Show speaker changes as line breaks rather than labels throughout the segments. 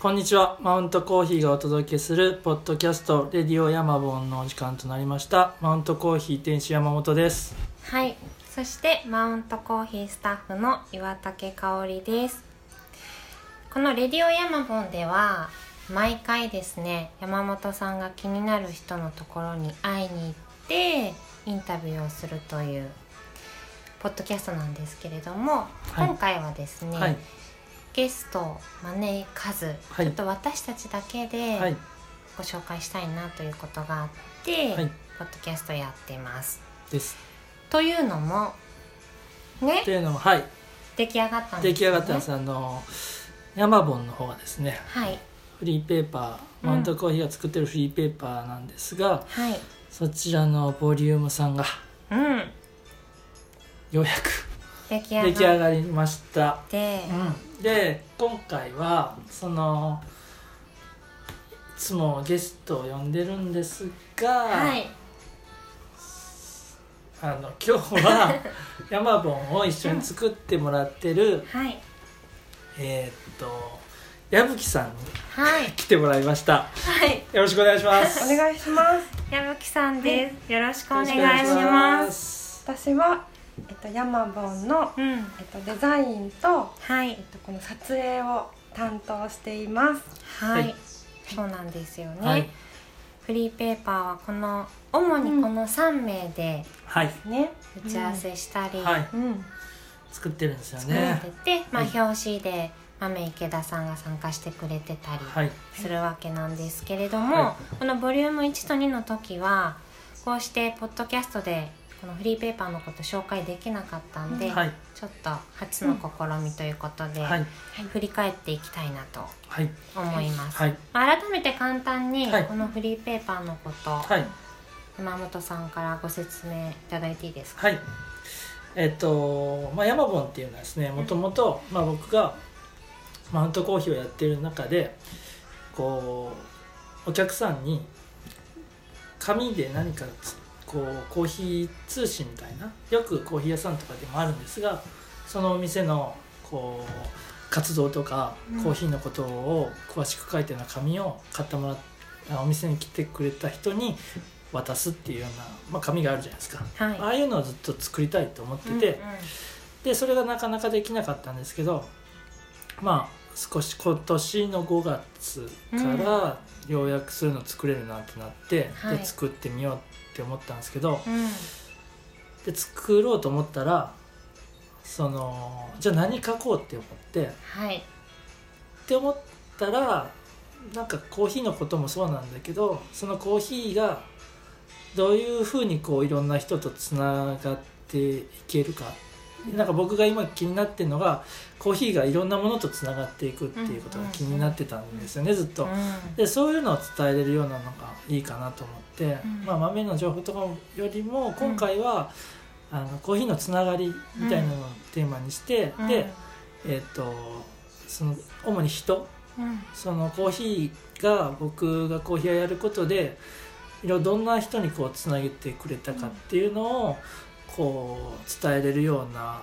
こんにちはマウントコーヒーがお届けするポッドキャスト「レディオヤマボン」のお時間となりましたマウントコーヒー店主山本です
はいそしてマウントコーヒースタッフの岩竹香織ですこの「レディオヤマボン」では毎回ですね山本さんが気になる人のところに会いに行ってインタビューをするというポッドキャストなんですけれども、
はい
今回はですね、
はい
ゲストを招かず、
はい
ちょっと私たちだけで
はい
ご紹介したいなということがあって、
はい
ポッドキャストやってます。
です
というのもね
というのもはい
出来上がったんです、ね、
出来上がったんですあのヤマボンの方がですね
はい
フリーペーパーマウントコーヒーが作ってるフリーペーパーなんですが、
はい
そちらのボリューム3が
うん
ようやく
出来
出来
上
上
が
が
っ
りました、
て
うん、で今回はそのいつもゲストを呼んでるんですが、
はい
あの今日 はヤマボンを一緒に作ってもらってる、
はい
えーっと矢吹さんに
はい
来てもらいました
はい
よろしくお願いします
お願いします
矢吹さんです、よろしくお願いし
よ
ま
ろ
す
しく
私は、えっと、ヤマボンの、
うん
えっと、デザインと、
はい
えっと、この撮影を担当しています
はい、
はい
そうなんですよ
お
ね、
願いします
フリーペーパーはこの主にこの3名で
はい、はい
ね
打ち合わせしたり、
はい
うん
作ってるんですよ
作られ
ね
てて、まあ
は
表紙で豆池田さんが参加してくれてたり、
はい
するわけなんですけれども、
は
このボリューム1と2の時はこうしてポッドキャストでこのフリーペーパーのこと紹介できなかったんで、
うん
はい
ちょっと初の試みということで、
はい
振り返っていきたいなと
はい
思います、
はい
まあ改めて簡単に
はい
このフリーペーパーのこと、
はい
山本さんからご説明いただいていいですか
はいえっとまあヤマボンっていうのはですねもともとまあ僕がマウントコーヒーをやってる中でこうお客さんに紙で何かつこうコーヒー通信みたいなよくコーヒー屋さんとかでもあるんですがそのお店のこう活動とか
うん
コーヒーのことを詳しく書いたような紙を買ってもらっあお店に来てくれた人に渡すっていうような、まあ、紙があるじゃないですか。
はい、
ああいうのをずっと作りたいと思ってて、
うんう
でそれがなかなかできなかったんですけどまあ少し今年の5月からようやくそういうの作れるなってなって、
はい
で作ってみようって思ったんですけど
んうん
で作ろうと思ったらそのじゃあ何書こうって思って
はい
って思ったらなんかコーヒーのこともそうなんだけどそのコーヒーがどういうふうにこういろんな人とつながっていけるかなんか僕が今気になってるのがコーヒーがいろんなものとつながっていくっていうことが気になってたんですよねずっと。
う
でそういうのを伝えれるようなのがいいかなと思って、
うん
まあ、豆の情報とかよりも今回は、あのコーヒーのつながりみたいなのをテーマにして、
ん
で、えっとその主に人
うん
そのコーヒーが僕がコーヒーをやることでいろどんな人にこうつなげてくれたかっていうのをこう伝えれるような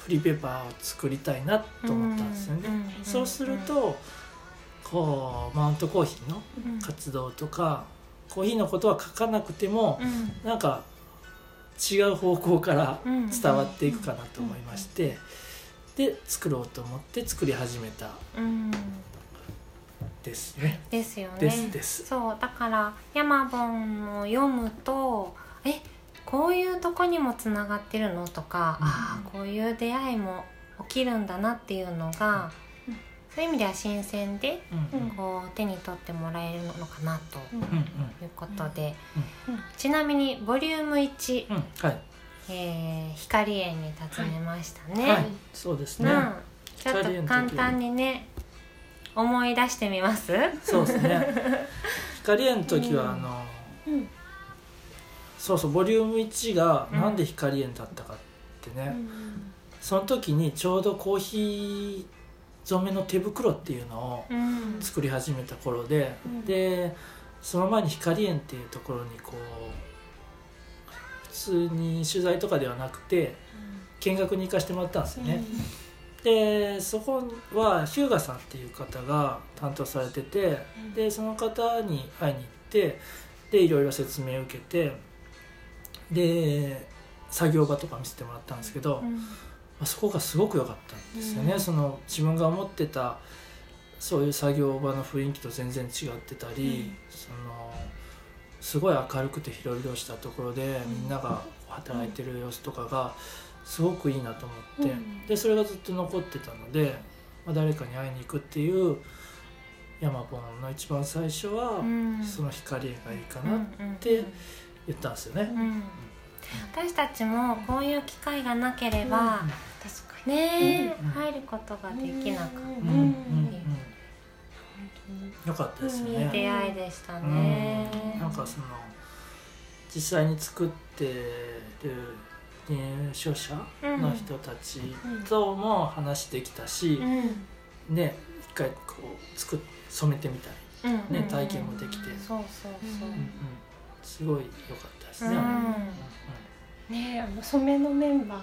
フリーペーパーを作りたいなと思ったんですよね。
うんうんうん
そうするとこうマウントコーヒーの
うん
活動とかコーヒーのことは書かなくても
うん
なんか違う方向から
うん
伝わっていくかなと思いましてで作ろうと思って作り始めた
うん
ですね。
ですよね
ですです
そうだからヤマボンを読むとえこういうとこにもつながってるのとか、
うん
ああこういう出会いも起きるんだなっていうのが、
うん
そういう意味では新鮮で
うんうん
こう手に取ってもらえるのかなと
う
う
ん
ん
いうことで、
うんうん
ちなみにボリューム1、
うんうんはい
えー光園に訪ねましたね。
はいそうです
う
ね
ん、ちょっ
光園
と
の時
簡単にね思い出してみます
そうですね 光園の時
うん
はあの
うん
そうそうボリューム1がなんで光園だったかって
う
ね
ん
その時にちょうどコーヒー染めの手袋っていうのを
うん
作り始めた頃で
うん
でその前に光園っていうところにこう普通に取材とかではなくて見学に行かせてもらったんですよね、でそこは日向さんっていう方が担当されててでその方に会いに行ってでいろいろ説明を受けてで作業場とか見せてもらったんですけど、
うん
あそこがすごく良かったんですよね、
うん
その自分が思ってたそういう作業場の雰囲気と全然違ってたり、
うん
そのすごい明るくて広々したところで
ん
みんなが働いてる様子とかがすごくいいなと思って、
うん
でそれがずっと残ってたので、まあ、誰かに会いに行くっていうヤマポンの一番最初は、
うん
その光がいいか
うんう
なって
ん
て言ったんですよね。
うん私たちもこういう機会がなければ、
確か
ねえ、
うん
入ることができなかっ
うんうんうん、よかったです
た、
ね。
いい出会いでしたね、
うんなんかその実際に作ってる入所者の人たちとも話できたし
う、ん
ね一回こう作っ染めてみたり、
うん
ね
うん
体験もできて
そうそうそう、
うんうんすごい良かったですね。
う
うんんうん
にねえあの染めのメンバー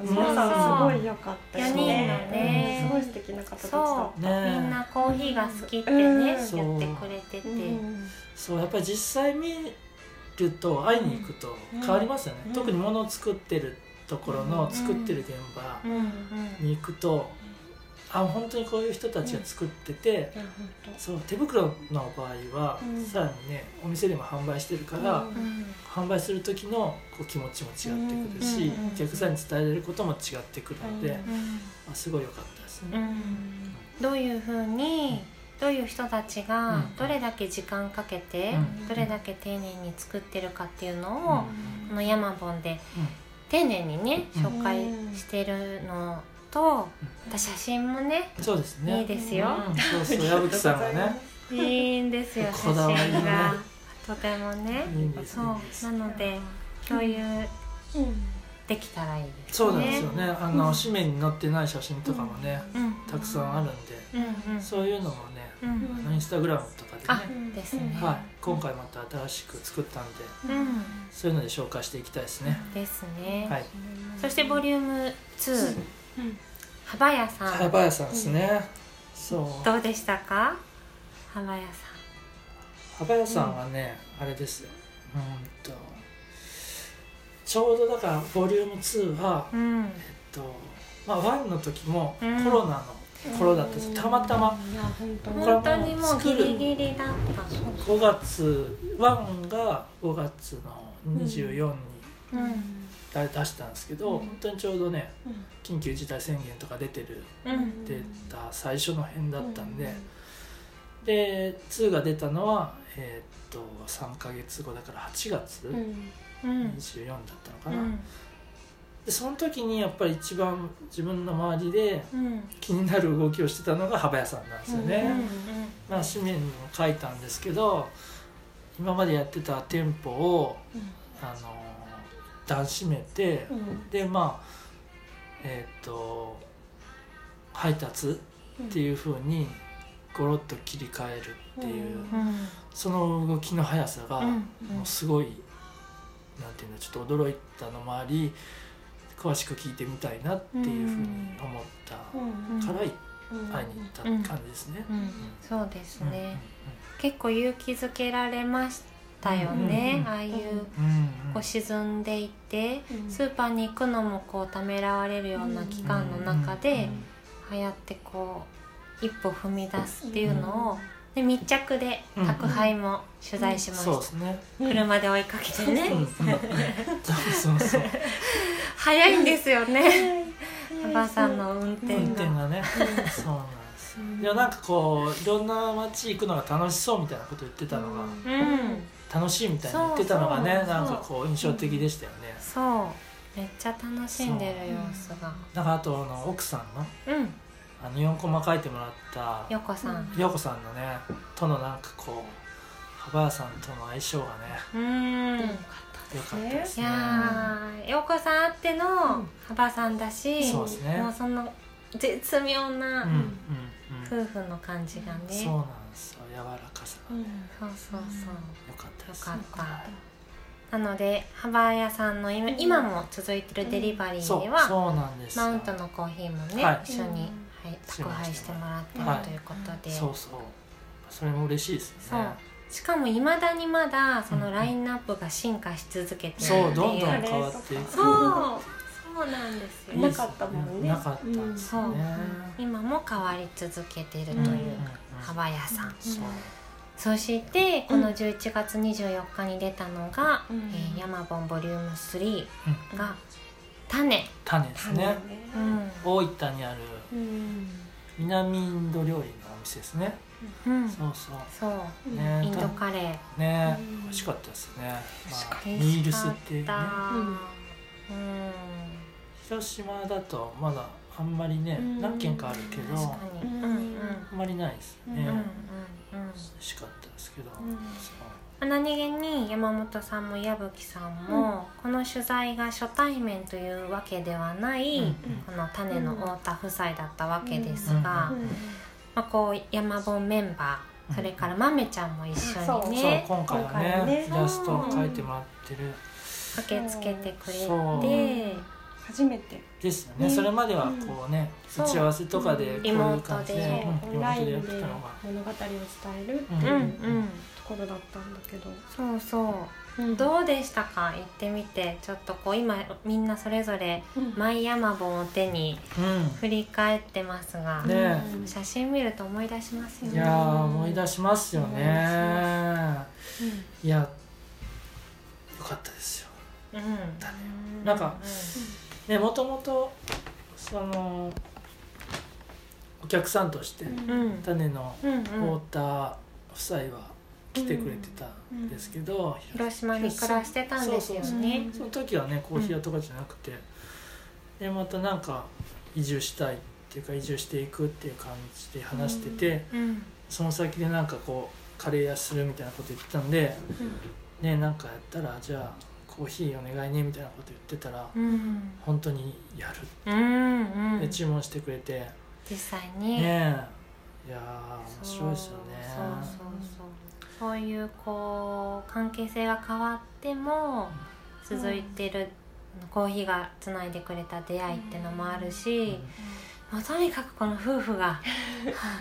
うん
皆さんすごい良かった
四
よ
人のね
うんすごい素敵な方たちだ
そ
っ
う、
ねえ
みんなコーヒーが好きってね、
うん
そう
言ってくれて
た
て、
うん
そうやっぱり実際見ると会いに行くと変わりますよね、
うん
特に物を作ってるところの作ってる現場
うんうん
に行くと、あ本当にこういう人たちが作ってて、
いや本
そう手袋の場合は、
うん
さらにねお店でも販売してるから、
うん
うん
販売する時のこう気持ちも違ってくるし、
うん
お客さんに伝えることも違ってくるので、
うん
う
あ、すごい良かったです
んう
ね。
んどういうふうにどういう人たちが
うん
どれだけ時間かけて、
うん
どれだけ丁寧に作ってるかっていうのを、こ
当
のヤマボンで
うん
丁寧にね
うん
紹介してるのと、
うん
また写真もね
そうですね
いいですよ、
うん、そうそう矢吹さんがね
いいんですよ写
こだわりが
真
ね
がとてもね
いいんです
そ
いういんです
なので共有
うん
できたらいいですね
そうなんですよねあの、
うん
紙面に載ってない写真とかもね、
うん
たくさんあるんで、
うんうん
そういうのもね、
うん
あのインスタグラムとかで
あ
ね、
ですね
うん
はい、今回また新しく作ったんで
うん
そういうので紹介していきたいですね、
ですね、
はい
そしてボリューム2
うん
幅屋さん、
早林さんですね、そう
どうでしたか幅屋さ
幅屋さんはね、あれですようーんとちょうどだからボリューム2は、
んうん
えっとまあ、1の時もコ
うん
ロナの頃だったんです、たまたま
いや本当に
これ
本当にもう
作
ギ
る
リギリだった
5月1が5月の24に
うんうん
だ出したんですけど、
うん
本当にちょうどね
うん
緊急事態宣言とか出てる
うん
出た最初の辺だったんで、で2が出たのはえーっと3ヶ月後だから8月、
うん
うん
24だったのかな、
うん
でその時にやっぱり一番自分の周りで
うん
気になる動きをしてたのが幅屋さんなんですよね、
うんうん
まあ紙面にも書いたんですけど今までやってた店舗をあの一旦閉めて、
うん
でまあえーっと配達っていうふうにゴロッと切り替えるっていう、
うん
うん
その動きの速さが、
うん
もうすごいなんていうのちょっと驚いたのもあり詳しく聞いてみたいなっていうふうに思った
うん
から
うん
会いに行った感じですね。
うんそうですね結構勇気づけられましたよね
うん
ああいう
うんうんうん
こう沈んでいて
うん
スーパーに行くのもこうためらわれるような期間の中で流行ってこう一歩踏み出すっていうのをで密着で宅配も取材しまし
そうで
た
すね。
車で追いかけてね
うんうんそうそうそう。
早いんですよね おばあさんの運転
運転
が
がね。そうなんです。いやなんかこういろんな街行くのが楽しそうみたいなこと言ってたのが
うん
楽しいみたいに言ってたのがね
そうそう
なんかこう印象的でしたよね。
そうめっちゃ楽しんでる様子が
なんかあとあの奥さんの
うん
あの4コマ書いてもらった
よこさん
陽子さんのねとのなんかこう幅屋さんとの相性がね
うん
良かったです
い
ね
やー陽子さんあっての幅さんだし
そうですね
もうその絶妙
う
なん
うんうん
夫婦の感じがね、
そうなんですよ柔らかさが
うん
そうそうそう
良かった
よ
です
かったなので幅屋さんの今,、
うん
今も続いてるデリバリー
そ
で
う
は、
そうなんですよ
マウントのコーヒーもね、
はい
一緒に、はい、
しました
宅配してもらってる
はい
ということで、
そうそうそれも嬉しいですね
しかもいまだにまだその
うん
ラインナップが進化し続けているってい
そうどんどん
カレーとか
変わっていく
そうそうなんですよ
いい
な
です
かったもんね
なかったんです
そう
よね
今も変わり続けている
ん
とい
ん
う幅屋さん、
そう
そしてこの11月24日に出たのが「
うん
えーヤマボンボリューム3が「種
種ですね
うん
大分にある
うん
南インド料理のお店ですね」
うん
そうそう
そう
うん
ね
インドカレー
ね
うん
美味しかったですね
美味しかっ
まあミールスっていう
美味し
ね
かったうん
広島だとまだあんまりね
うん
何軒かあるけど
確かにうんうん
あんまりないですよ
う
ね
うん
美
うん
味
うん
しかったですけど
うん
そう
まあ何気に山本さんも矢吹さんも、この取材が初対面というわけではない、
うん
この種の太田夫妻だったわけですが、
うん
ま
うん
あ、こう山本メンバ
うん
ーそれから豆ちゃんも一緒に
そう
ね、
今回
今回
は
は
ね
ね
イラストを描いてもらってる
駆けつけてくれて
そう
初めて
ですよね
ね
それまではこうね
そう
打ち合わせとかでこういう感じで
リモ
うん
オン
リモー
ライ
ト
ン
で
で
やっ
物
て
語
たの
を伝える
が
うんうん
ところだったんだけど、
そうそうどうでしたか行ってみてちょっとこう今みんなそれぞれ
うん
マイヤマボンを手に
う
振り返ってますが、
ね
うん
写真見ると思い出しますよ
んい
ね
やー思い出しますよねいやよかったですよだ
うん、
なんかねもともとそのお客さんとして
うん、うん
種の
うんうん
太田夫妻は来てくれてたんですけど、
広島に暮らしてたんですよ
そう
ね
その時はねコーヒー屋とかじゃなくて、でまたなんか移住したいっていうか移住していくっていう感じで話してて、
うん
その先でなんかこうカレー屋するみたいなこと言ってたんで、ねなんかやったらじゃあコーヒーお願いねみたいなこと言ってたら、
うん
本当にやる
うんうん
で注文してくれて、
実際
ね
に、
えいやー面
そう
白いですよね
そうそうそうそういうこう関係性が変わっても続いてる、コーヒーがつないでくれた出会いってのもあるし、もうとにかくこの夫婦が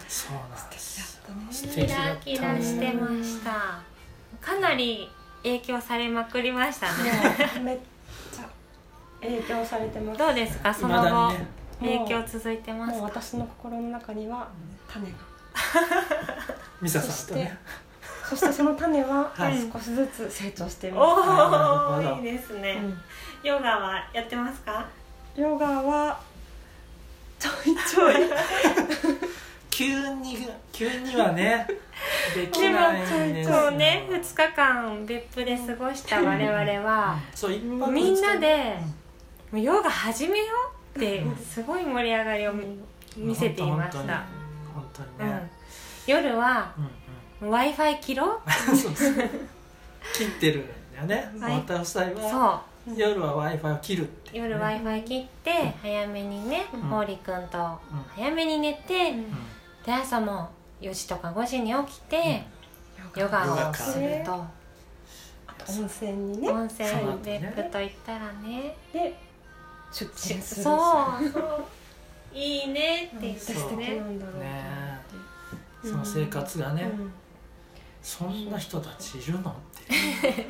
そうなんです
素
素
キ
敵
ラ
だったね
キラしてましたかなり影響されまくりましたね
めっちゃ影響されてます
どうですかそ
未
の
だ
後、
にね
影響続いてま
も
す
う
か
私の心の中には種が
ミサさんとね
そしてその種は
はい
少しずつ成長しています、
お
なる
おい
ほど
いですね、
うん
ヨガはやってますか
ヨガはちょいちょい
急に急には ねでき
でも
ないんですよ
そうね2日間別府で過ごした我々は
そう一般の人
みんなで「もうヨガ始めよう」ってすごい盛り上がりを見せていまし
本
た、
当に本
う
当に
ん
ね、
夜は
うん
w i f i 切ろ
うん そうそう切ってるんだよね
はい
また夫妻
う
は
そう
夜は w i f i を切るって
夜 w i f i 切って早めにね
うん
毛利君と
うん
早めに寝て
うん
で朝も4時とか5時に起きて ヨ
ヨ
ガ
ガ
を
か
すると
あと温泉にね
温泉
そうなんだ
別
ね
府と言ったらね
で出
し
勤する
そうそう いいねって言って
素敵
ね
なんだろう
ね
な
えその生活がね、
うん
そんな人たちいるのっていう
そうそう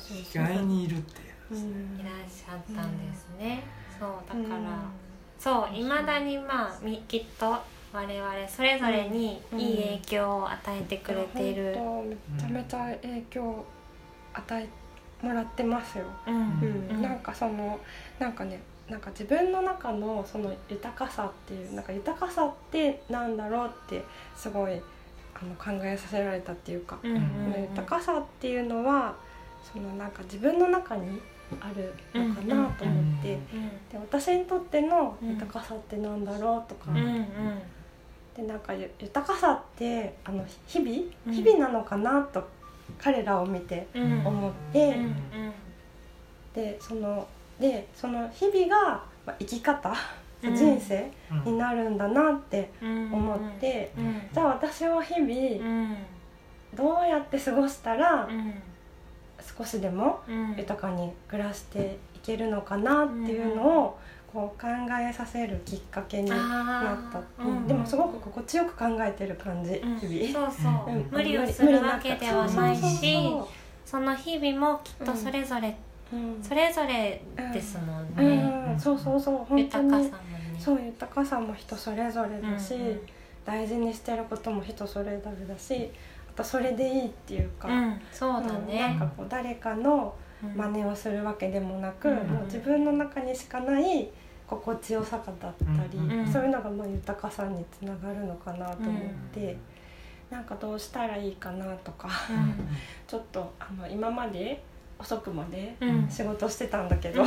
そう
意
そう
外にいるっていう
う
い
ん
らっしゃったんですねそうだ
うん
からそういまだにまあみきっと我々それぞれにいい影響を与えてくれている
本当めちゃめちゃ影響与えもらってますよ、
う
うんんなんかそのなんかねなんか自分の中のその豊かさっていうなんか豊かさってなんだろうってすごいあの考えさせられたっていうか、
うんうん
この豊かさっていうのはそのなんか自分の中にあるのかなと思っ
う
て、
ん
うん
で私にとっての豊かさってなんだろうとか、
うん
うん
でなんかゆ豊かさってあの日々、
うん
日々なのかなと彼らを見て
うんうん
思って、
うん
でそのでその日々がまあ生き方、
うん
人生
うん
になるんだなって
うん
思って、
うん
じゃあ私は日
う
々
ん
どうやって過ごしたら
うん
少しでも
うん
豊かに暮らしていけるのかなっていうのをこう考えさせるきっかけになっ
あ
た、
ーうん
でもすごく心地よく考えてる感じ、
うん
日
そ
々。
うそう、
うん
無理をするわけではないし
そうそうそ
その日々もきっとそれぞれ、
ううん
それぞれですもん
う
ね、
ん、そうそうそう本当
豊かさも
に
ね
そう豊かさも人それぞれだし、
うんうん
大事にしてることも人それぞれだしあとそれでいいっていうか、
うん、そうだ
な
ね
んかこう誰かの
うん
真似をするわけでもなく、
うん
もう自分の中にしかない心地よさがだったり、
うん
そういうのがまあ豊かさにつながるのかなと思って、なんかどうしたらいいかなとか
うん
ちょっとあの今まで遅くまで
うんうん
仕事してたんだけど、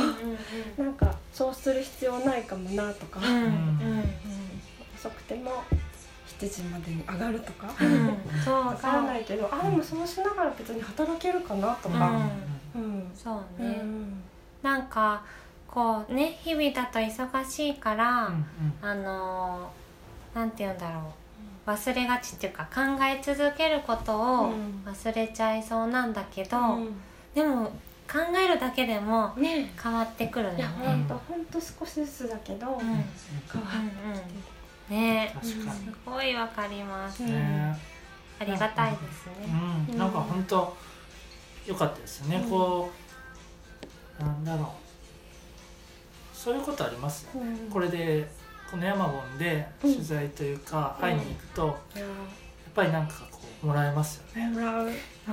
なんかそうする必要ないかもなとか、
うんうん
遅くても7時までに上がるとか。
うんうんそう
わ
そ
からな
う
いけどあでもそうしながら別に働けるかなと
うん
か、うん
そう
うん
ね、なんかこうね日々だと忙しいから、あのーなんて言うんだろう忘れがちっていうか考え続けること
う
を
ん
忘れちゃいそうなんだけど、
う
でも考えるだけでも
んね
変わってくる
いや
ね。
ほんとほんと少しずつだけど、
うん
変わ
うんね
確か
すごいわかります
う
に
ん
ね
ありがたいですね。
うんなんか本当良かったですね
うん
こうなんだろうそういうことありますね
ってる、うん
これでこの山本で取材というか
うん
会いに行くとやっ
いや
ぱりなんかこうもらえますよね
もらう
も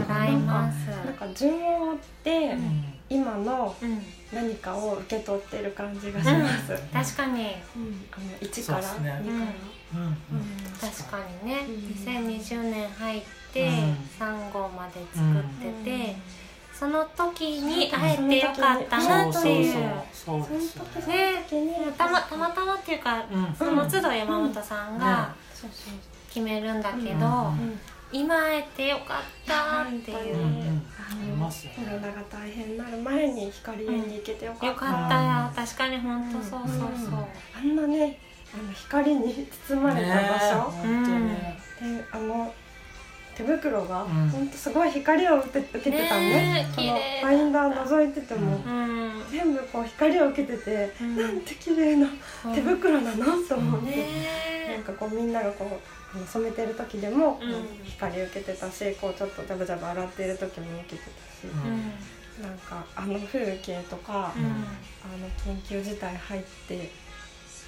らいます。
なんか順を追って、
うん
今の
うん、
何かを受け取ってる感じがします、
うん
確かに、
うんあの1から
そうです
2
ね
か
う
ら、
んうん
確かにね、
うん
2020年入って
うん
3号まで作ってて、その時に会えてよかった
そ
な
う
っ
そう
ていう
そうそうです
そ
よ
の時そ
ね
の時に、
たまたまたまっていうか
うん
その都度山本さんが
そうそう
決めるんだ
う
けど、
ん
うん
今会えてよかったっていう、
うんうんありますよ
コロ
ね
ナが大変になる前に光家に行けてよか
よ
った,、
かった確かに本当そうそうそう、
あんなねあの光に包まれた場所、
ねえ本当ね
であの手袋が
うん
本当すごい光を受け受けてたね
ねえ
こ
綺
の
麗
バインダー覗いてても、
うん
うん
全部こう光を受けてて、
うん
なんて綺麗な手袋なのと思って、
ね
なんかこうみんながこうあの染めてる時でも、こう
うん
光受けてたしこうちょっとジャブジャブ洗ってる時も受けてたし
う、
うん
なんかあの風景とか、
うん
あの緊急事態入って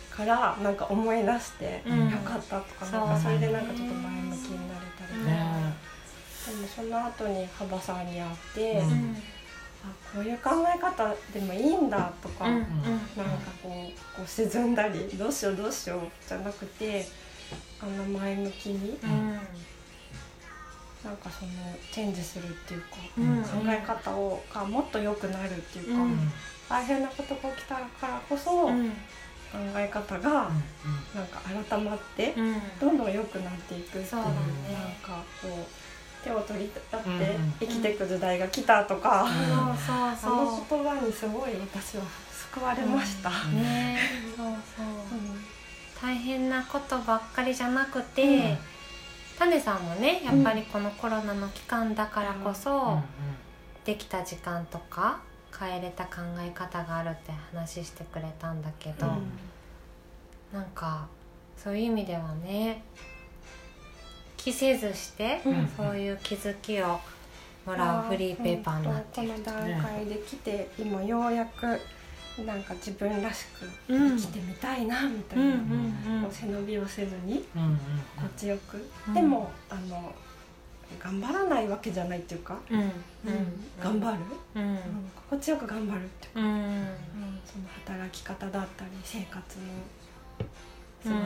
からなんか思い出して、
うん
よかったとか
そう
なんかそれでなんかちょっと前向きになれたりとか、
ね
でもその後に幅さんに会って、
う
うんん
あこういう考え方でもいいんだとか、
うん
なんかこうこう沈んだりどうしようどうしようじゃなくてあの前向きに
うん
なんかそのチェンジするっていうか、
うん
考え方をがもっと良くなるっていうか、
う
う
ん
ん
大変なことが起きたからこそ、
う
考
ん
え方
う
が、
ん
なんか改まって、
うん
どんどん良くなっていくっていう
そうだね
なんかこう手を取り合って
うんうん
生きていく時代が来たとか、
そうそう
あの
そ
言葉にすごい私は救われました。う
うねそうそうん大変なことばっかりじゃなくて、
うん
タネさんもねやっぱりこのコロナの期間だからこそ、
うんうん
できた時間とか変えれた考え方があるって話してくれたんだけど、
うん
なんかそういう意味ではね着せずして、
うん
そういう気づきをもらうフリーペーパーになって
こ
る、
の段階で来て、今ようやくなんか自分らしく
うん
生きてみたいなみたい
うん
な、
うんうん
こう背伸びをせずに
うんうん
心地よく、
うん
でもあの頑張らないわけじゃないっていうか、
うんうん
頑張る、
うん
うん心地よく頑張るっていうか
うんうん
その働き方だったり生活の過ご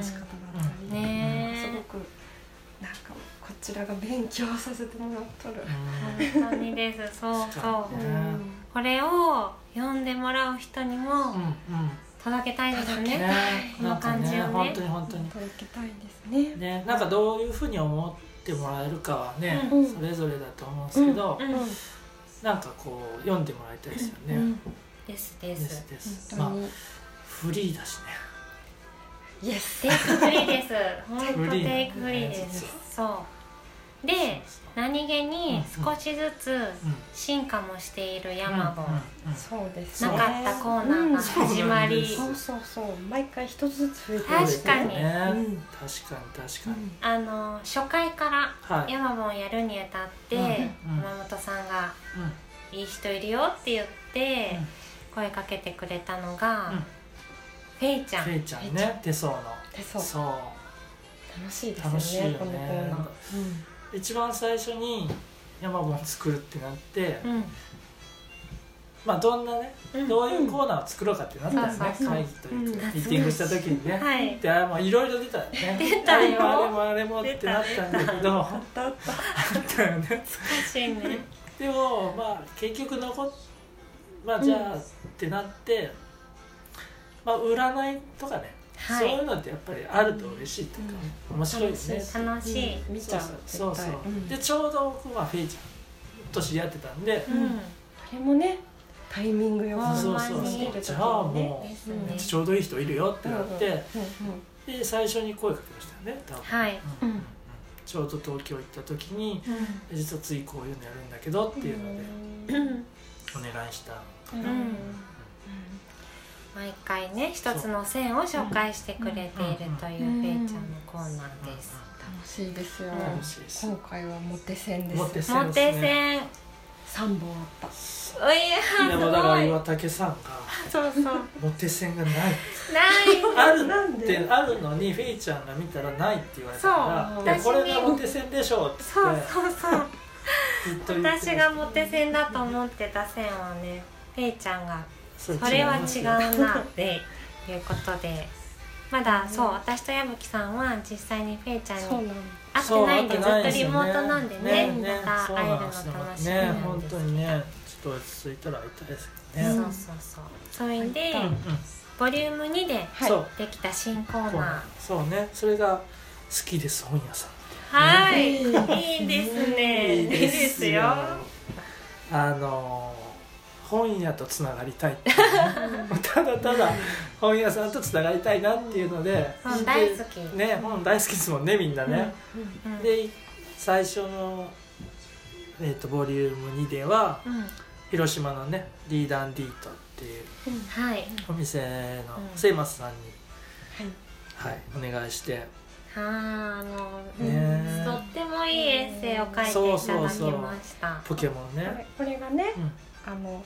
し方だったり、
うん
ね
すごくなんかこちらが勉強させてもらっとる、
本当にですそうそううんこれを読んでもらう人に
うん
も
うん
届けたいですね。
ね
この感じ
な
をね
んか本当に本当に
届けたいですね。
ねなんかどういうふうに思ってもらえるかはね、
うん
それぞれだと思うんですけど、
うん
なんかこう読んでもらいたいですよね、
うんですで
ですす。です、ま
本当
あ
に、
フリーだしね
イエ ス
テイクフリーです。本当
フリー
テイクフリーで
そう
す。そで何気に
うん
少しずつ
うん
進化もしているヤマボン、
うんうん
そうです
な
ね
かったコーナーが始まり、
そうなん
そうそうそう毎回一つずつ増えて
そうです
確かに
よね
うん
確かに確かに、
あの初回から
はい、
ヤマボンやるにあたって、
うんうん
山本さんが
うん
「いい人いるよ」って言って
うん
声かけてくれたのが、
うん
フェイちゃん、
ケイちゃんね手相の
でそう
そう
楽しいですよね
楽しいよね
このコーナー、
一番最初にヤマボン作るってなって、
うん
まあどんなね
うん
どういうコーナーを作ろうかってなったよね、
うん
会議というか、
うん
ミーティングした時にね、
はい
であまあいろいろ出たよね
出たよ
あれもあれもあれもってなったんだけどあ
だった
ったよね
懐かしいね
でもまあ結局残っまあじゃあってなって、まあ占いとかね、
は
そういう
い
のってやっぱりあると嬉しいとか、面白いですね
楽しい、
見ちゃう
そうそう
絶対うん
でちょうど僕はフェイちゃんと知り合ってたんで、
うん
あれもねタイミングよ
あー
そう
ほ
そ
ん
う
ま
そう、
に
じゃあも
です
う、
ね、
ちょうどいい人いるよってなって、
うん
で最初に声かけましたよね多分、
はい、
うん
うん
ちょうど東京行った時に
う
実は次こういうのやるんだけどっていうので
うん
ん
お願いした、
うん
うん毎回ね一つの線を紹介してくれているという
うん
フェイちゃんのコーナーです、
楽しいですよ、
うん
楽しいです、
今回はモテ線です
モテ線
モテ線
三本あった
おいやすごい
でもだから岩竹さんが
そうそうない
モテ線がないあ
あ
る
なん
って
で
あるのにフェイちゃんが見たらないって言われたから
そう
いやこれ
私
が
ね
モテ線でしょうっつっ
そうそうそう
てずっと言ってまし
私
た
がモテ線だと思ってた線はねフェイちゃんが
そ
それは違
違い
う
ますよ
なっていうことでまだそう私と矢吹さんは実際にフェイちゃんに
そうな
会
ん
ってないん
そう会っ
でずっと
て
リモートなんでねまた会えるの楽しみなんですけど
ね本当にねちょっと落ち着いたら会いたいですけど
そう
ね、
そうそうそれで
うん
ボリューム2で
はい
そう
できた新コー
そう
ナ
そうねそれが好きです本屋さん
ーはい
うん
いいですねいいですよ
あのー本屋とつながりたいっていうねただただ本屋さんとつながりたいなっていうので
本大好き
でね本大好きですもんねみんなね、
うん
うん
で最初の、えー、とボリューム2では
うん
広島のねリーダンディートっていう
はい
お店の
うん
セイマスさんに、
はい
はい、お願いして
はああの
ね
とってもいいエッセイを書いていただきました
ポケモン
こ
ね、
れこれがね
うん
あの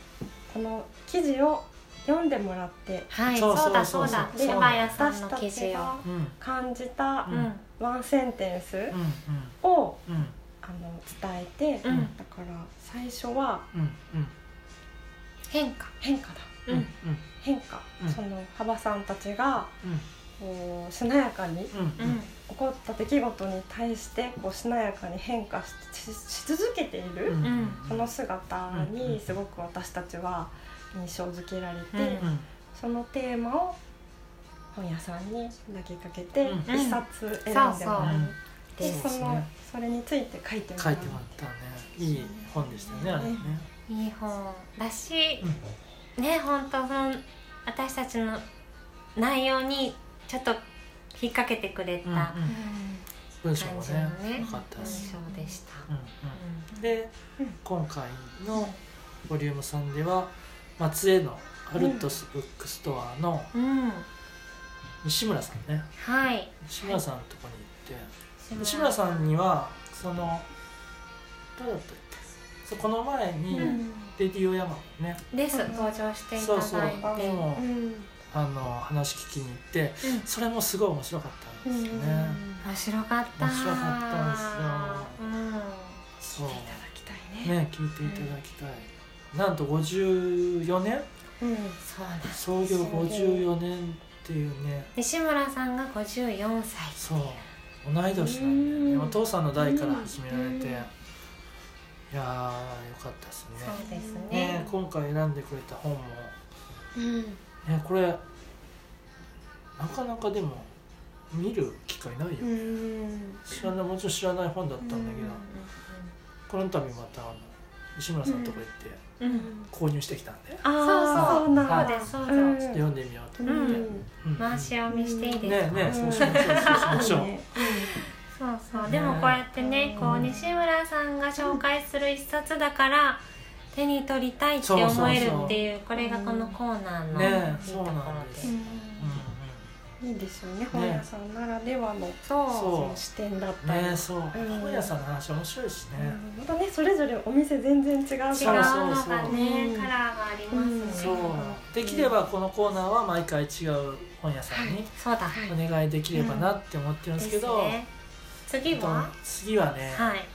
この記事を読んでもらって
はい
そう
そうだ
そ
そう
そうう
だ
そう
シ
そう
バヤ
私
さんの
た
記
ち
事を
が
うんうん
感じた
うん
ワンセンテンス
う
を
んうん
あの伝えて、
うん
うん
だから最初は
うんうん
変化
変化だ
うんうん
変化、
うん
その幅さんたちが
うん
こうしなやかに起
うん
う
うん
ん
こった出来事に対してこうしなやかに変化ししし続けている、
うんうん
その姿
うんうん
にすごく私たちは印象づけられて、
うん
うん
そのテーマを本屋さんに投げかけて
うん
一冊選んでも
そ
ら
うそう
う、
んそ
で
うで
そ
す
の
ね
それについて書いても
書
らう
いてもらったねいい本でしたねあれね
いい本だし、ね本当その私たちの内容にちょっと引っ掛けてくれた
うんうん
感
文
じ
章も
の
ね
ね
良かった
文
です
章でした、
うんう
うん
で
うん
今回のボリューム3では松江のアルトスブックストアの
ん、うん
西村さんね
はい
西村さんのとこに行って西
志
村さんにはそのどうだったっけそうこの前に
うん
レディオヤマンね、
です
うん
登場していた
そうそう
だい
あ
て
の
う、ん
あの話聞きに行ってそれもすごい面白かったんですよね、
面白かった
面白かった
ですよ、う
そう
いただきたいね。
ね聞いていただきたい、なんと54年
うん
ん、そうなんです
創業54年っていうね
西村さんが54歳
そう同い年なんだよね
うん
お父さんの代から始められて、
うん
いやーよかったですね
そうですね
ね今回選んでくれた本も
うん
ねこれなかなかでも見る機会ないよ、
うん
知らないもちろん知らない本だったんだけど、この度またあの西村さんのとこ行って
うんうんうん、
購入してきたんで、
ああ
そうそう
そうなん
そう
だ
ですそうです、
うん
読んでみようと思
う
って、
ん
うん
回し読みしていいです
ね
か、
えねえそ
うん
うしましょうそうしましょう
いいね
そうそうそうでもこうやってねこう西村さんが紹介する一冊だから手に取りたいって思えるっていうこれがこのコーナーのいい
ね
ところです
そうなんで
いいですよね本屋さんならではの、
そう
そ
そ
の視点だっ
うん
たり、
うんねそう
うん
本屋さんの話面白いしね
うんまたねそれぞれお店全然違うから
違う
そ
の
う
が
そう
ね
そう
カラーがあります
そう
ね
できればこのコーナーは毎回違う本屋さんに
そうだ
お願いできればなって思ってるん
で
ですけ
す
ど
ね次
えっと
は
次はね
はい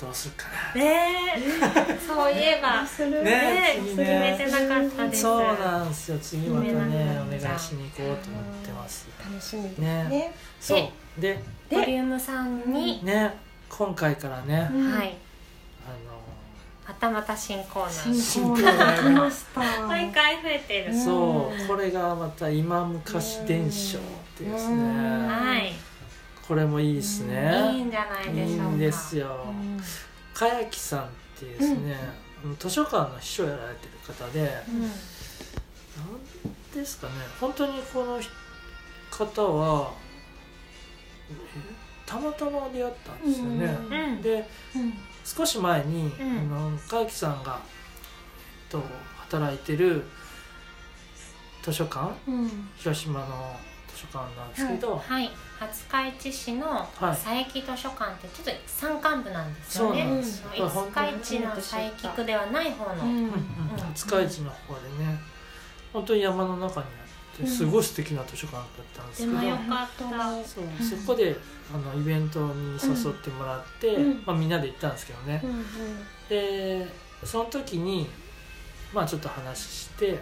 どうするか
ねえ そういえば
する
ね
ねえ
次
決
ね
めてなかった
な
です
そうなんですよ次またね
決めなくなっ
お
ちゃう
願いしに行こうと思ってます
楽しみですね
ねそうで
ボリューム3に、
ね今回からねあの
うん
はいまたまた新コーナー
新コーナー来ました
毎回増えてる、
うん
そうこれがまた今昔伝承っていうですね
うん
はい
これもいいです
いい
ね
んじゃない
いい
でしょうか
んですよ
うん
かやきさんっていうですね図書館の秘書をやられてる方で
うん
なんですかね本当にこの方はえたまたま出会ったんですよね、
うん
で
うん
少し前に、
うん
あのかゆきさんが、えっと、働いてる図書館
うん
広島の図書館なんですけど、
はい廿日市市の
はい
佐伯図書館ってちょっと山間部なんです
そ
よ
う
ね
なんですよ、
そ
これ本当
の五
に
日市の佐伯区ではない方の、
うんうん
うん
廿日市の方でね本当に山の中にあってすごい素敵な図書館だったんですけ
で
ど、
もよかった、
うん
そう
うん
そこであのイベントに誘ってもらって、
うん
まあ、みんなで行ったんですけどね、
うん
でその時にまあちょっと話して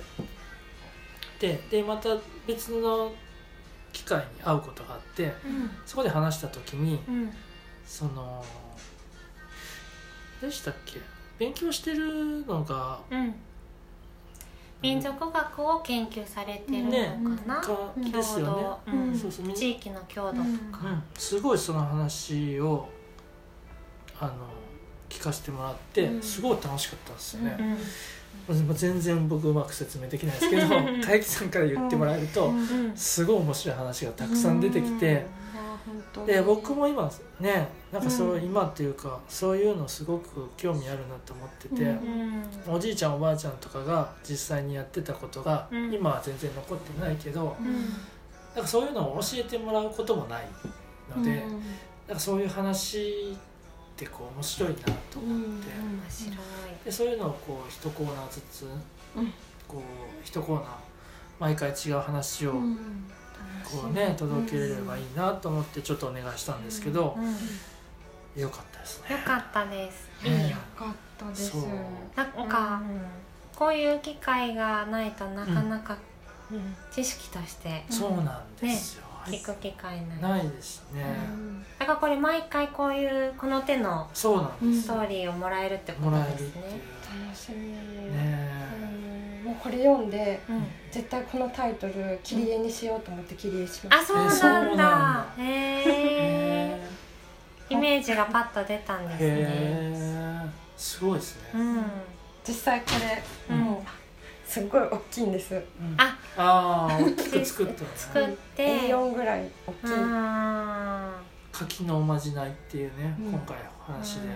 ででまた別の機会に会うことがあって
うん
そこで話した時に
うん
そのどうでしたっけ勉強してるのが
うん、民族学を研究されてるのかな、
か
うん
ですよね、
郷土うん
そうそうみん
地域の郷土とか、
うん、すごいその話をあの聞かせてもらって、
うん
すごい楽しかったんですよね、
うん
まあ全然僕うまく説明できないですけどかゆきさんから言ってもらえると、
うん
うん
すごい面白い話がたくさん出てきて、
あー本当
で僕も今ねなんかそう、
うん
今っていうかそういうのすごく興味あるなと思ってて、
うん
おじいちゃんおばあちゃんとかが実際にやってたことが、
うん
今は全然残ってないけど
うん
なんかそういうのを教えてもらうこともないので、
うん
なんかそういう話ってこう面白いなと思って、
うん
面白い、
でそういうのをこう一コーナーずつ、
うん
こう一コーナー毎回違う話を、
うん
こうね届ければいいなと思ってちょっとお願いしたんですけど
う、ん、よ
良かったですね。
かったです
いい
よかったです
そう
なんか、こういう機会がないとなかなか
うん
知識として
そうなんですよ。
聞く機会ない、だ
ないですね。
うん
からこれ毎回こういうこの手の
そうなんです
スト。ーリーをもらえるってこ
も
と
らえるって
で
い
すね、
楽し
う
み
ね
うんもうこれ読んで
うん、
絶対このタイトル切り絵にしようと思って切り絵しま
あ
し
そうなん
えそうな
だ
ん
へ
え。
え
ね
イメージがパッと出たんですね。
へえ。すごいです
う
ね。
ん。
実際これ
うん
もうすっごい大きいんです
あ
ああー大きく作った
作
の
っ
ね。
て。
A4 ぐらい大
う
きい
ん。
柿のおまじないっていうね
うん
今回お話で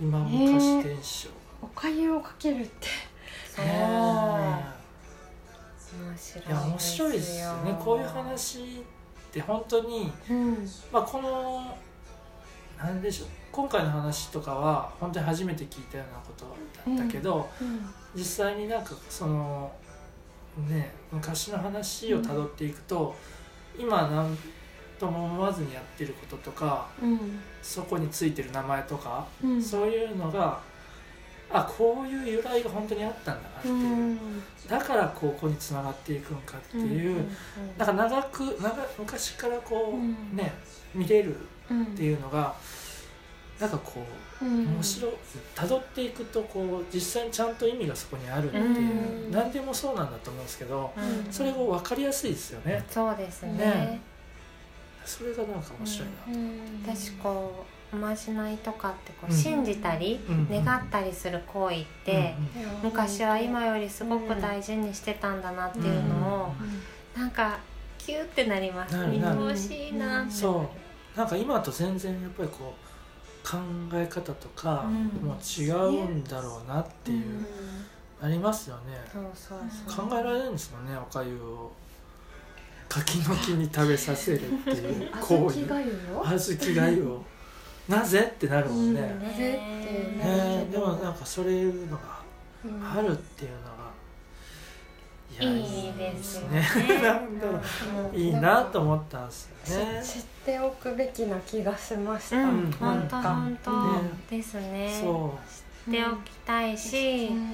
うん。うん。
今昔伝承。
おかゆをかけるって
そう。
ね
面
えいや
白い。
面白いですよね。こういう。話って本当に。
うん
まあ、このなんでしょう今回の話とかは本当に初めて聞いたようなことだったけど、実際になんかそのね昔の話をたどっていくと、今何とも思わずにやってることとか
うん
そこについてる名前とか、
うん
そういうのがあこういう由来が本当にあったんだなっていう、
うん
だからこうここに繋がっていくんかっていう、
うん。
なんか長く長昔からこう、
うん
ね見れる
うん
っていうのがなんかこ
う
うん面白い辿っていくとこう実際にちゃんと意味がそこにあるっていううん何でもそうなんだと思うんですけど
うん
それが。分かりやすいですよね
そうですね
ね。それがなんか面白いな
うん
私こうおまじないとかってこ
う
うん信じたり
うん
願ったりする行為っ
うん
て。
いや
昔は今よりすごく大事にしてたんだなっていうのを
うん
なんかキューってなります
な
見
るなる
通しいいなって
うんそうなんか今と全然やっぱりこう考え方とか
うん
もう違うんだろうなっていう、
うん
ありますよね、
そうそうそ
考
う
えられるんですもんねおかゆを柿の木に食べさせるっていう行
小
為
豆がゆよ
小豆がゆをなぜってなるもんね、
なぜって
ね
なる
えでもなんかそれいうのが
うん
あるっていうのがいや
いいですよ
いい
ね
ですね なんだろう
うん
いいなと思ったんですよね
知っておくべきな気がしました、
うん
うん
本当
なん
本
か
当ですね
そ
知っておきたいし、
うん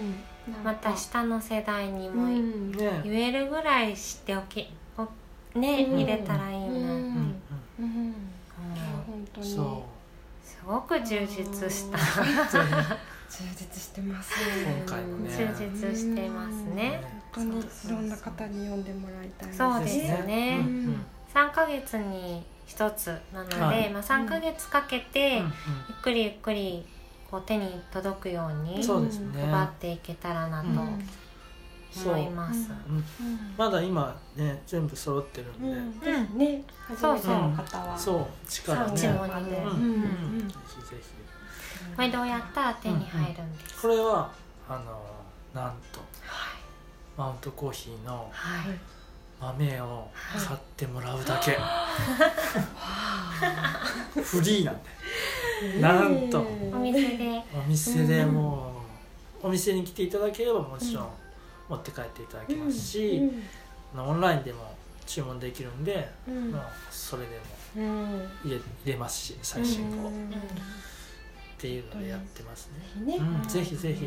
また下の世代に
う
も
ん
うね
言えるぐらい知っておきおね、
うん
入れたらいいな、
う
うん
うん
んうん
す
本当に
そ
ごく充実した
う本当に
充実してます
今
ね
回もね
充実してますね
ね
本当にいろんな方に読んでもらいたい
そうですね
うんうん
3ヶ月に1つなので、
はい
まあ、3ヶ月かけて、
うん
ゆっくりゆっくりこう手に届くよう
う
に
んそうですね
配っていけたらな
うん
と思います、
うん
うんまだ今ね全部揃ってるんで、
うんうんね初めての方は
そう力
三
ね
注
人
文
まで
うん
うんうん
うん
ぜひぜひ
これどうやったら手に入るんです
これはあのなんと
はい
マウントコーヒーの
はい
豆を買ってもらうだけ、フリーなんでなんと
お店で
お店でもう、お店に来ていただければもちろん持って帰っていただけますし、あのオンラインでも注文できるんで、
うん
まあ、それでも
うん
入れ入れますし最新号っ
うん
ていうのでやってますね、
ね
うん、ぜひぜひ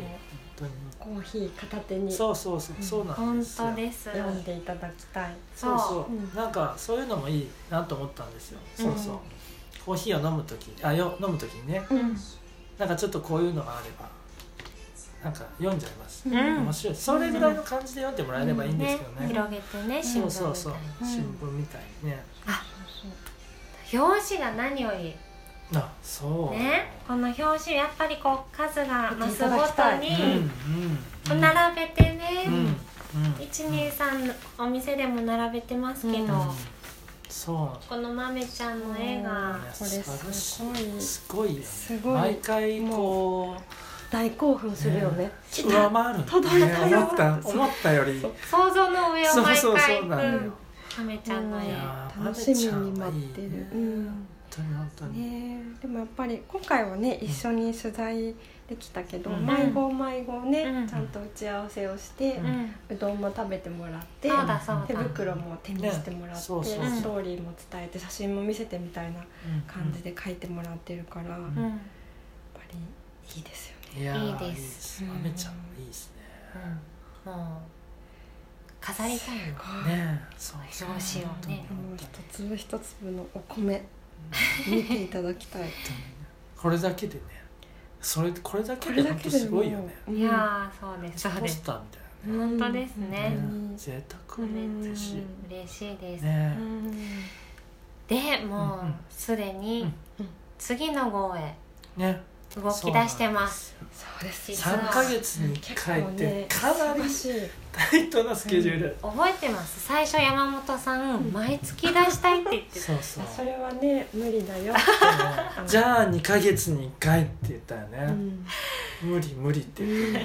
本
コーヒー片手
当に
に
そうそうそうそうなん
本
ですよ
当です
読んでいただきたい
そうそう、
うん
なんかそういうのもいいなと思ったんですよ、そうそう
うん
コーヒーを飲む時あよ飲む時にね
うん
なんかちょっとこういうのがあればなんか読んじゃいます、
ん
面白いそれぐらいの感じで読んでもらえればいいんです
ね
けどね,、
広げてね新聞
そ
み
う
たい
そうそ
に
う、
うん
新聞みたいにね
表紙が何より
あそう
ねこの表紙やっぱりこう数が増すごと
いただきた
うん
い
に
うんうん
並べてね、
うんうん
123お店でも並べてますけど、
うん
そう
この豆ちゃんの絵
い
が
や
これすごい
すごいよね
すごい
毎回こ
大興奮するよね
う上回るんだ
届いた
ね
よ
思った思ったより
そう
想像の上を
そう
毎
そう
回
そう
行
なのよ
く豆ちゃんの絵
いやー
楽しみに待って
まめ
る
ちゃんはいいね
うん
本当に本当に、
ねえでもやっぱり今回はね一緒に取材できたけど、
うん
毎号毎号ね、
うん
ちゃんと打ち合わせをして、
う
うん
うん
どんも食べてもらって
そうだそうだ
手袋も手にしてもらって、
ねそうそう
そう
ストーリーも伝えて写真も見せてみたいな
うん
感じで書いてもらってるから、やっ
うん
う
ぱりいいですよね。
いやー
いいです
すまめちゃんいいですね、
うんもう飾りたいの
ねえそうそう
表紙をね
もう一粒一粒のお 米見ていただきたい
これだけでねそれこれだけで本当すごいよね
もう
いやーそうですそう
ポ
で
ス
す
ターみたいなね
うん
本当ですね
うん
贅沢
これ
嬉しい
嬉しいです、
ね
うん
でもう
うん
すでに
うん
次の号へ
えね
動き出してます
そうです
実は
3ヶ月に1回って
結
か
構ね
なり
忙しい
タイトなスケジュール、
覚えてます最初山本さん毎月出したいって言ってた
そうそう
それはね無理だよ、
うん じゃあ2ヶ月に1回って言ったよね、
うん、
無理無理って言ってね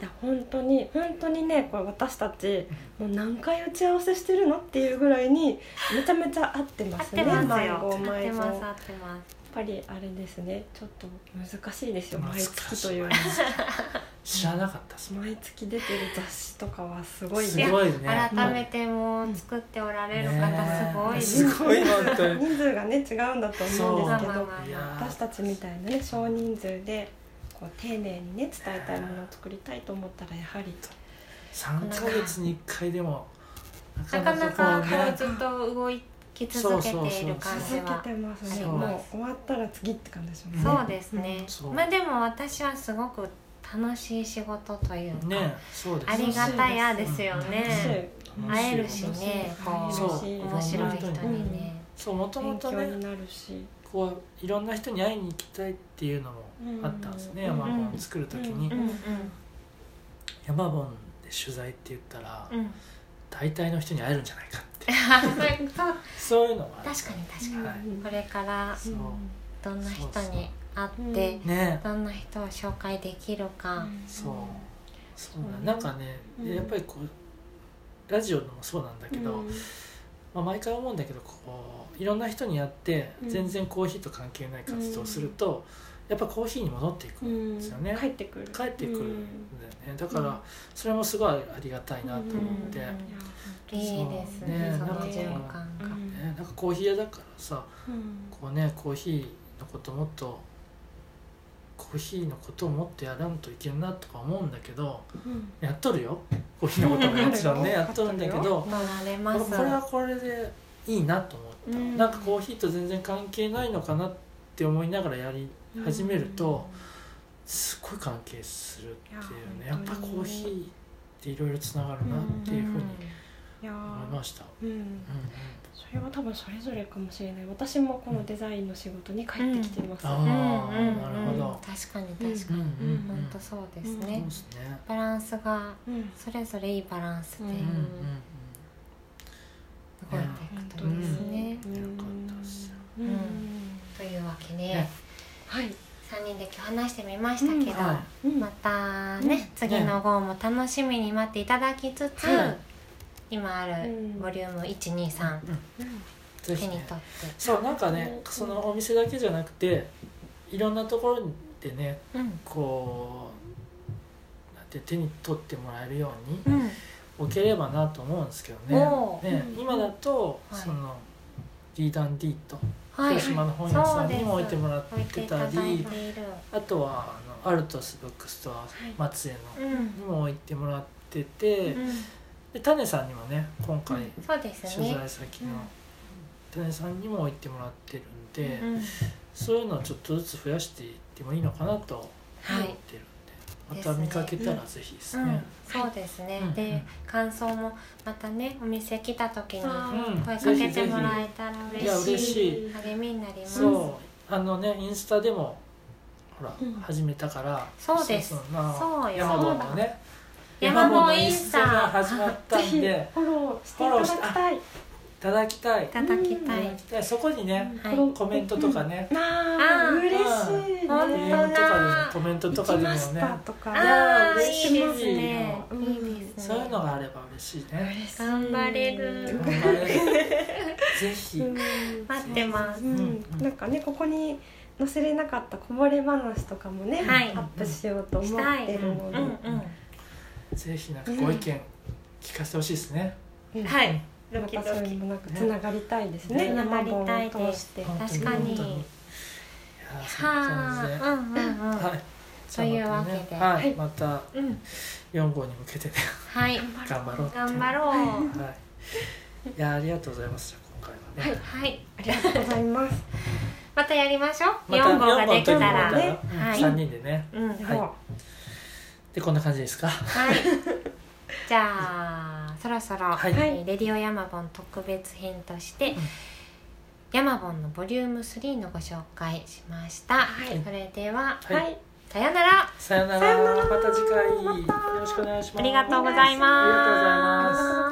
いや本当に本当にねこれ私たちもう何回打ち合わせしてるのっていうぐらいにめちゃめちゃ合ってま
合っ
す
て
ね
ます
毎
よ合
号
って
毎号
ま
や
す合
っ
ってます
ぱりあれですねちょっと難しいですよ
難
毎
しい
月というのは
知らなかったですもん
毎月出てる雑誌とかはすごい
す
ね
ごいね
改めてもう作っておられる
ね
方す
す
ご
ご
い
い本当に
人数がね違うんだと思うんですけ
そう
ど
いやー
私たちみたいなね少人数でこう丁寧にね伝えたいものを作りたいと思ったらやはり
3ヶ月に1回でもな
なかなかこ
こうね
うずっと動き続けている感じ
続
は
けてますね
そう
もう終わったら次って感じですよね
そうですね
うんそう
まあでも私はすごく楽しい仕事というか、
ねそうです
ありがたやですよね
うん
会えるしねこ
楽しい楽
そう
しい
面白い人にね、
そうもとも
勉
と
強に
ね
なるし
こういろんな人に会いに行きたいっていうのもあったんですね、
うん
山本を作る時に、
う
うんん、うん
山本で取材って言ったら、
うん
大体の人に会えるんじゃないかって
そういうそう
そういうのはある
確かに確か
はい
にこれから
そう
どんな人に会っ
う
て
ん
ね
どんな人を紹介できるか
そうそう
そう
な
ね
なんかね、
うん
やっぱりこうラジオのもそうなんだけど、
うん
まあ、毎回思うんだけどこういろんな人に会って
うん
全然コーヒーと関係ない活動をすると、やっぱコーヒーに戻っていくんですよね、
帰ってくる
帰ってくる
うんん
だよねだか
うん
らそれもすごいありがたいなと思っ
うん
て、
うん
いや
いいですね
ね
その
なんか
循環が
う。ん
ね、なんかコーヒー屋だからさ
うん
こうねコーヒーのこともっとコーヒーのことをもっとやらんといけんなとか思うんだけど
うん
やっとるよコーヒーのことももちろん ね
うん
やっとるんだけど
乗られま
やっ
す。
ぱこれはこれでいいなと思った、
うん
なんかコーヒーと全然関係ないのかなって思いながらやり始めると、すっごい関係するっていうねや
いや
っぱコーヒーっていろいろつながるなっていうふうに
いや
思い
ー
ました、
うん
うんうん
それは多分それぞれかもしれない私もこのデザインの仕事に帰ってきてます、
うん
う
あ
ん
あー
うん
なるほど
確かに確か
うん
に
うんうん
本当そうです
そう
ね
で。すね
バランスが
うん
それぞれいいバランスで動い
うんうんうん
ていくとですね。
うんよかったっすよ
うん
うんというわけで
ね
はい、
3人で今日話してみましたけど
うんは
うん
またね次の号も楽しみに待っていただきつつ
はい
今ある
うん
ボリューム123
ぜ
手
ひ
に取っ
ね
て
そうなんかねそのお店だけじゃなくていろんなところでね
うん
こうなんて手に取ってもらえるように
うん
置ければなと思うんですけど
お
ねね
うん
今だと、
はい
そのリーダンディと
はい
広島の本屋さんにも置いてもらっ
置いて
て
い
た
た
り、
だいている
あとはあのアルトスブックストア
い
松江の
うん
にも置いてもらってて、
うん
で種さんにもね今回
そうです
取
ね
材先の
うん
種さんにも置いてもらってるんで、
うん
そういうのをちょっとずつ増やしていってもいいのかなと思
は
っ
い
てるんで、
です
ま
ね
た見かけたらぜひです
う
ね。
んそうですね
うんう
で
ん
感想もまたねお店来た時に
あ
うん
声かけてもら
ぜ
えたら
ひぜひいや
嬉しい
嬉しい
励みになります
そうあのねインスタでもほら、
うん
始めたから
そうです
そうまあ
そうよ
ヤマボンのね
そうだヤ
ヤマ
マボン
ボンのインスタが始まったんで
フォローしていただきた
いただきたい
い
い
いただきた
た
い
だきたいそこにね
はい
フォロー
コメントとかね、
あ
あー
ー嬉しいね
本当
DM
だ
とかでもコメントと
行
か
き
でも
ました
ね
とか
いや
ああ
ー嬉し
いい
い
ですね
うん
いいです
そ
ね
ういうのがあれば嬉しいね、
嬉しい
頑張れる
頑張 れるぜひ、
うん
待ってます
うん
うん
なんかねここに載せれなかったこぼれ話とかもね、
はい
アップしようと思ってるの
うんう
で、
ぜひなんかご意見聞かせてほしいですね、
うん
んはい
ま
ドキ
た
ド
そういう
キ
のなんかつながりたいですね
ね
ね
つながりたいです
を通して
本当
確か
本
に
当いやーそんな感じで
はあうんうんうん
はい
というわけで
じゃあまたねはい
はい
また
うん
4号に向けてね
はい
頑張ろうって
頑張ろう
はい、いやありがとうございます今回はね、
はい
ありがとうございます
またやりましょう
また
4号ができた
4号
ら
ができたら
はい
3人でね
うんはい
では
でこんな感じですか
じゃあそろそろ
はい
えーレディオヤマボン特別編としてヤマボンのボリューム3のご紹介しました
はい
それでは
はい
はい
さよなら
さよな
さ
ら
よなら
また次回
また
よろしくお願いします
ありがとうご
ありがとう
ざいます。
ございます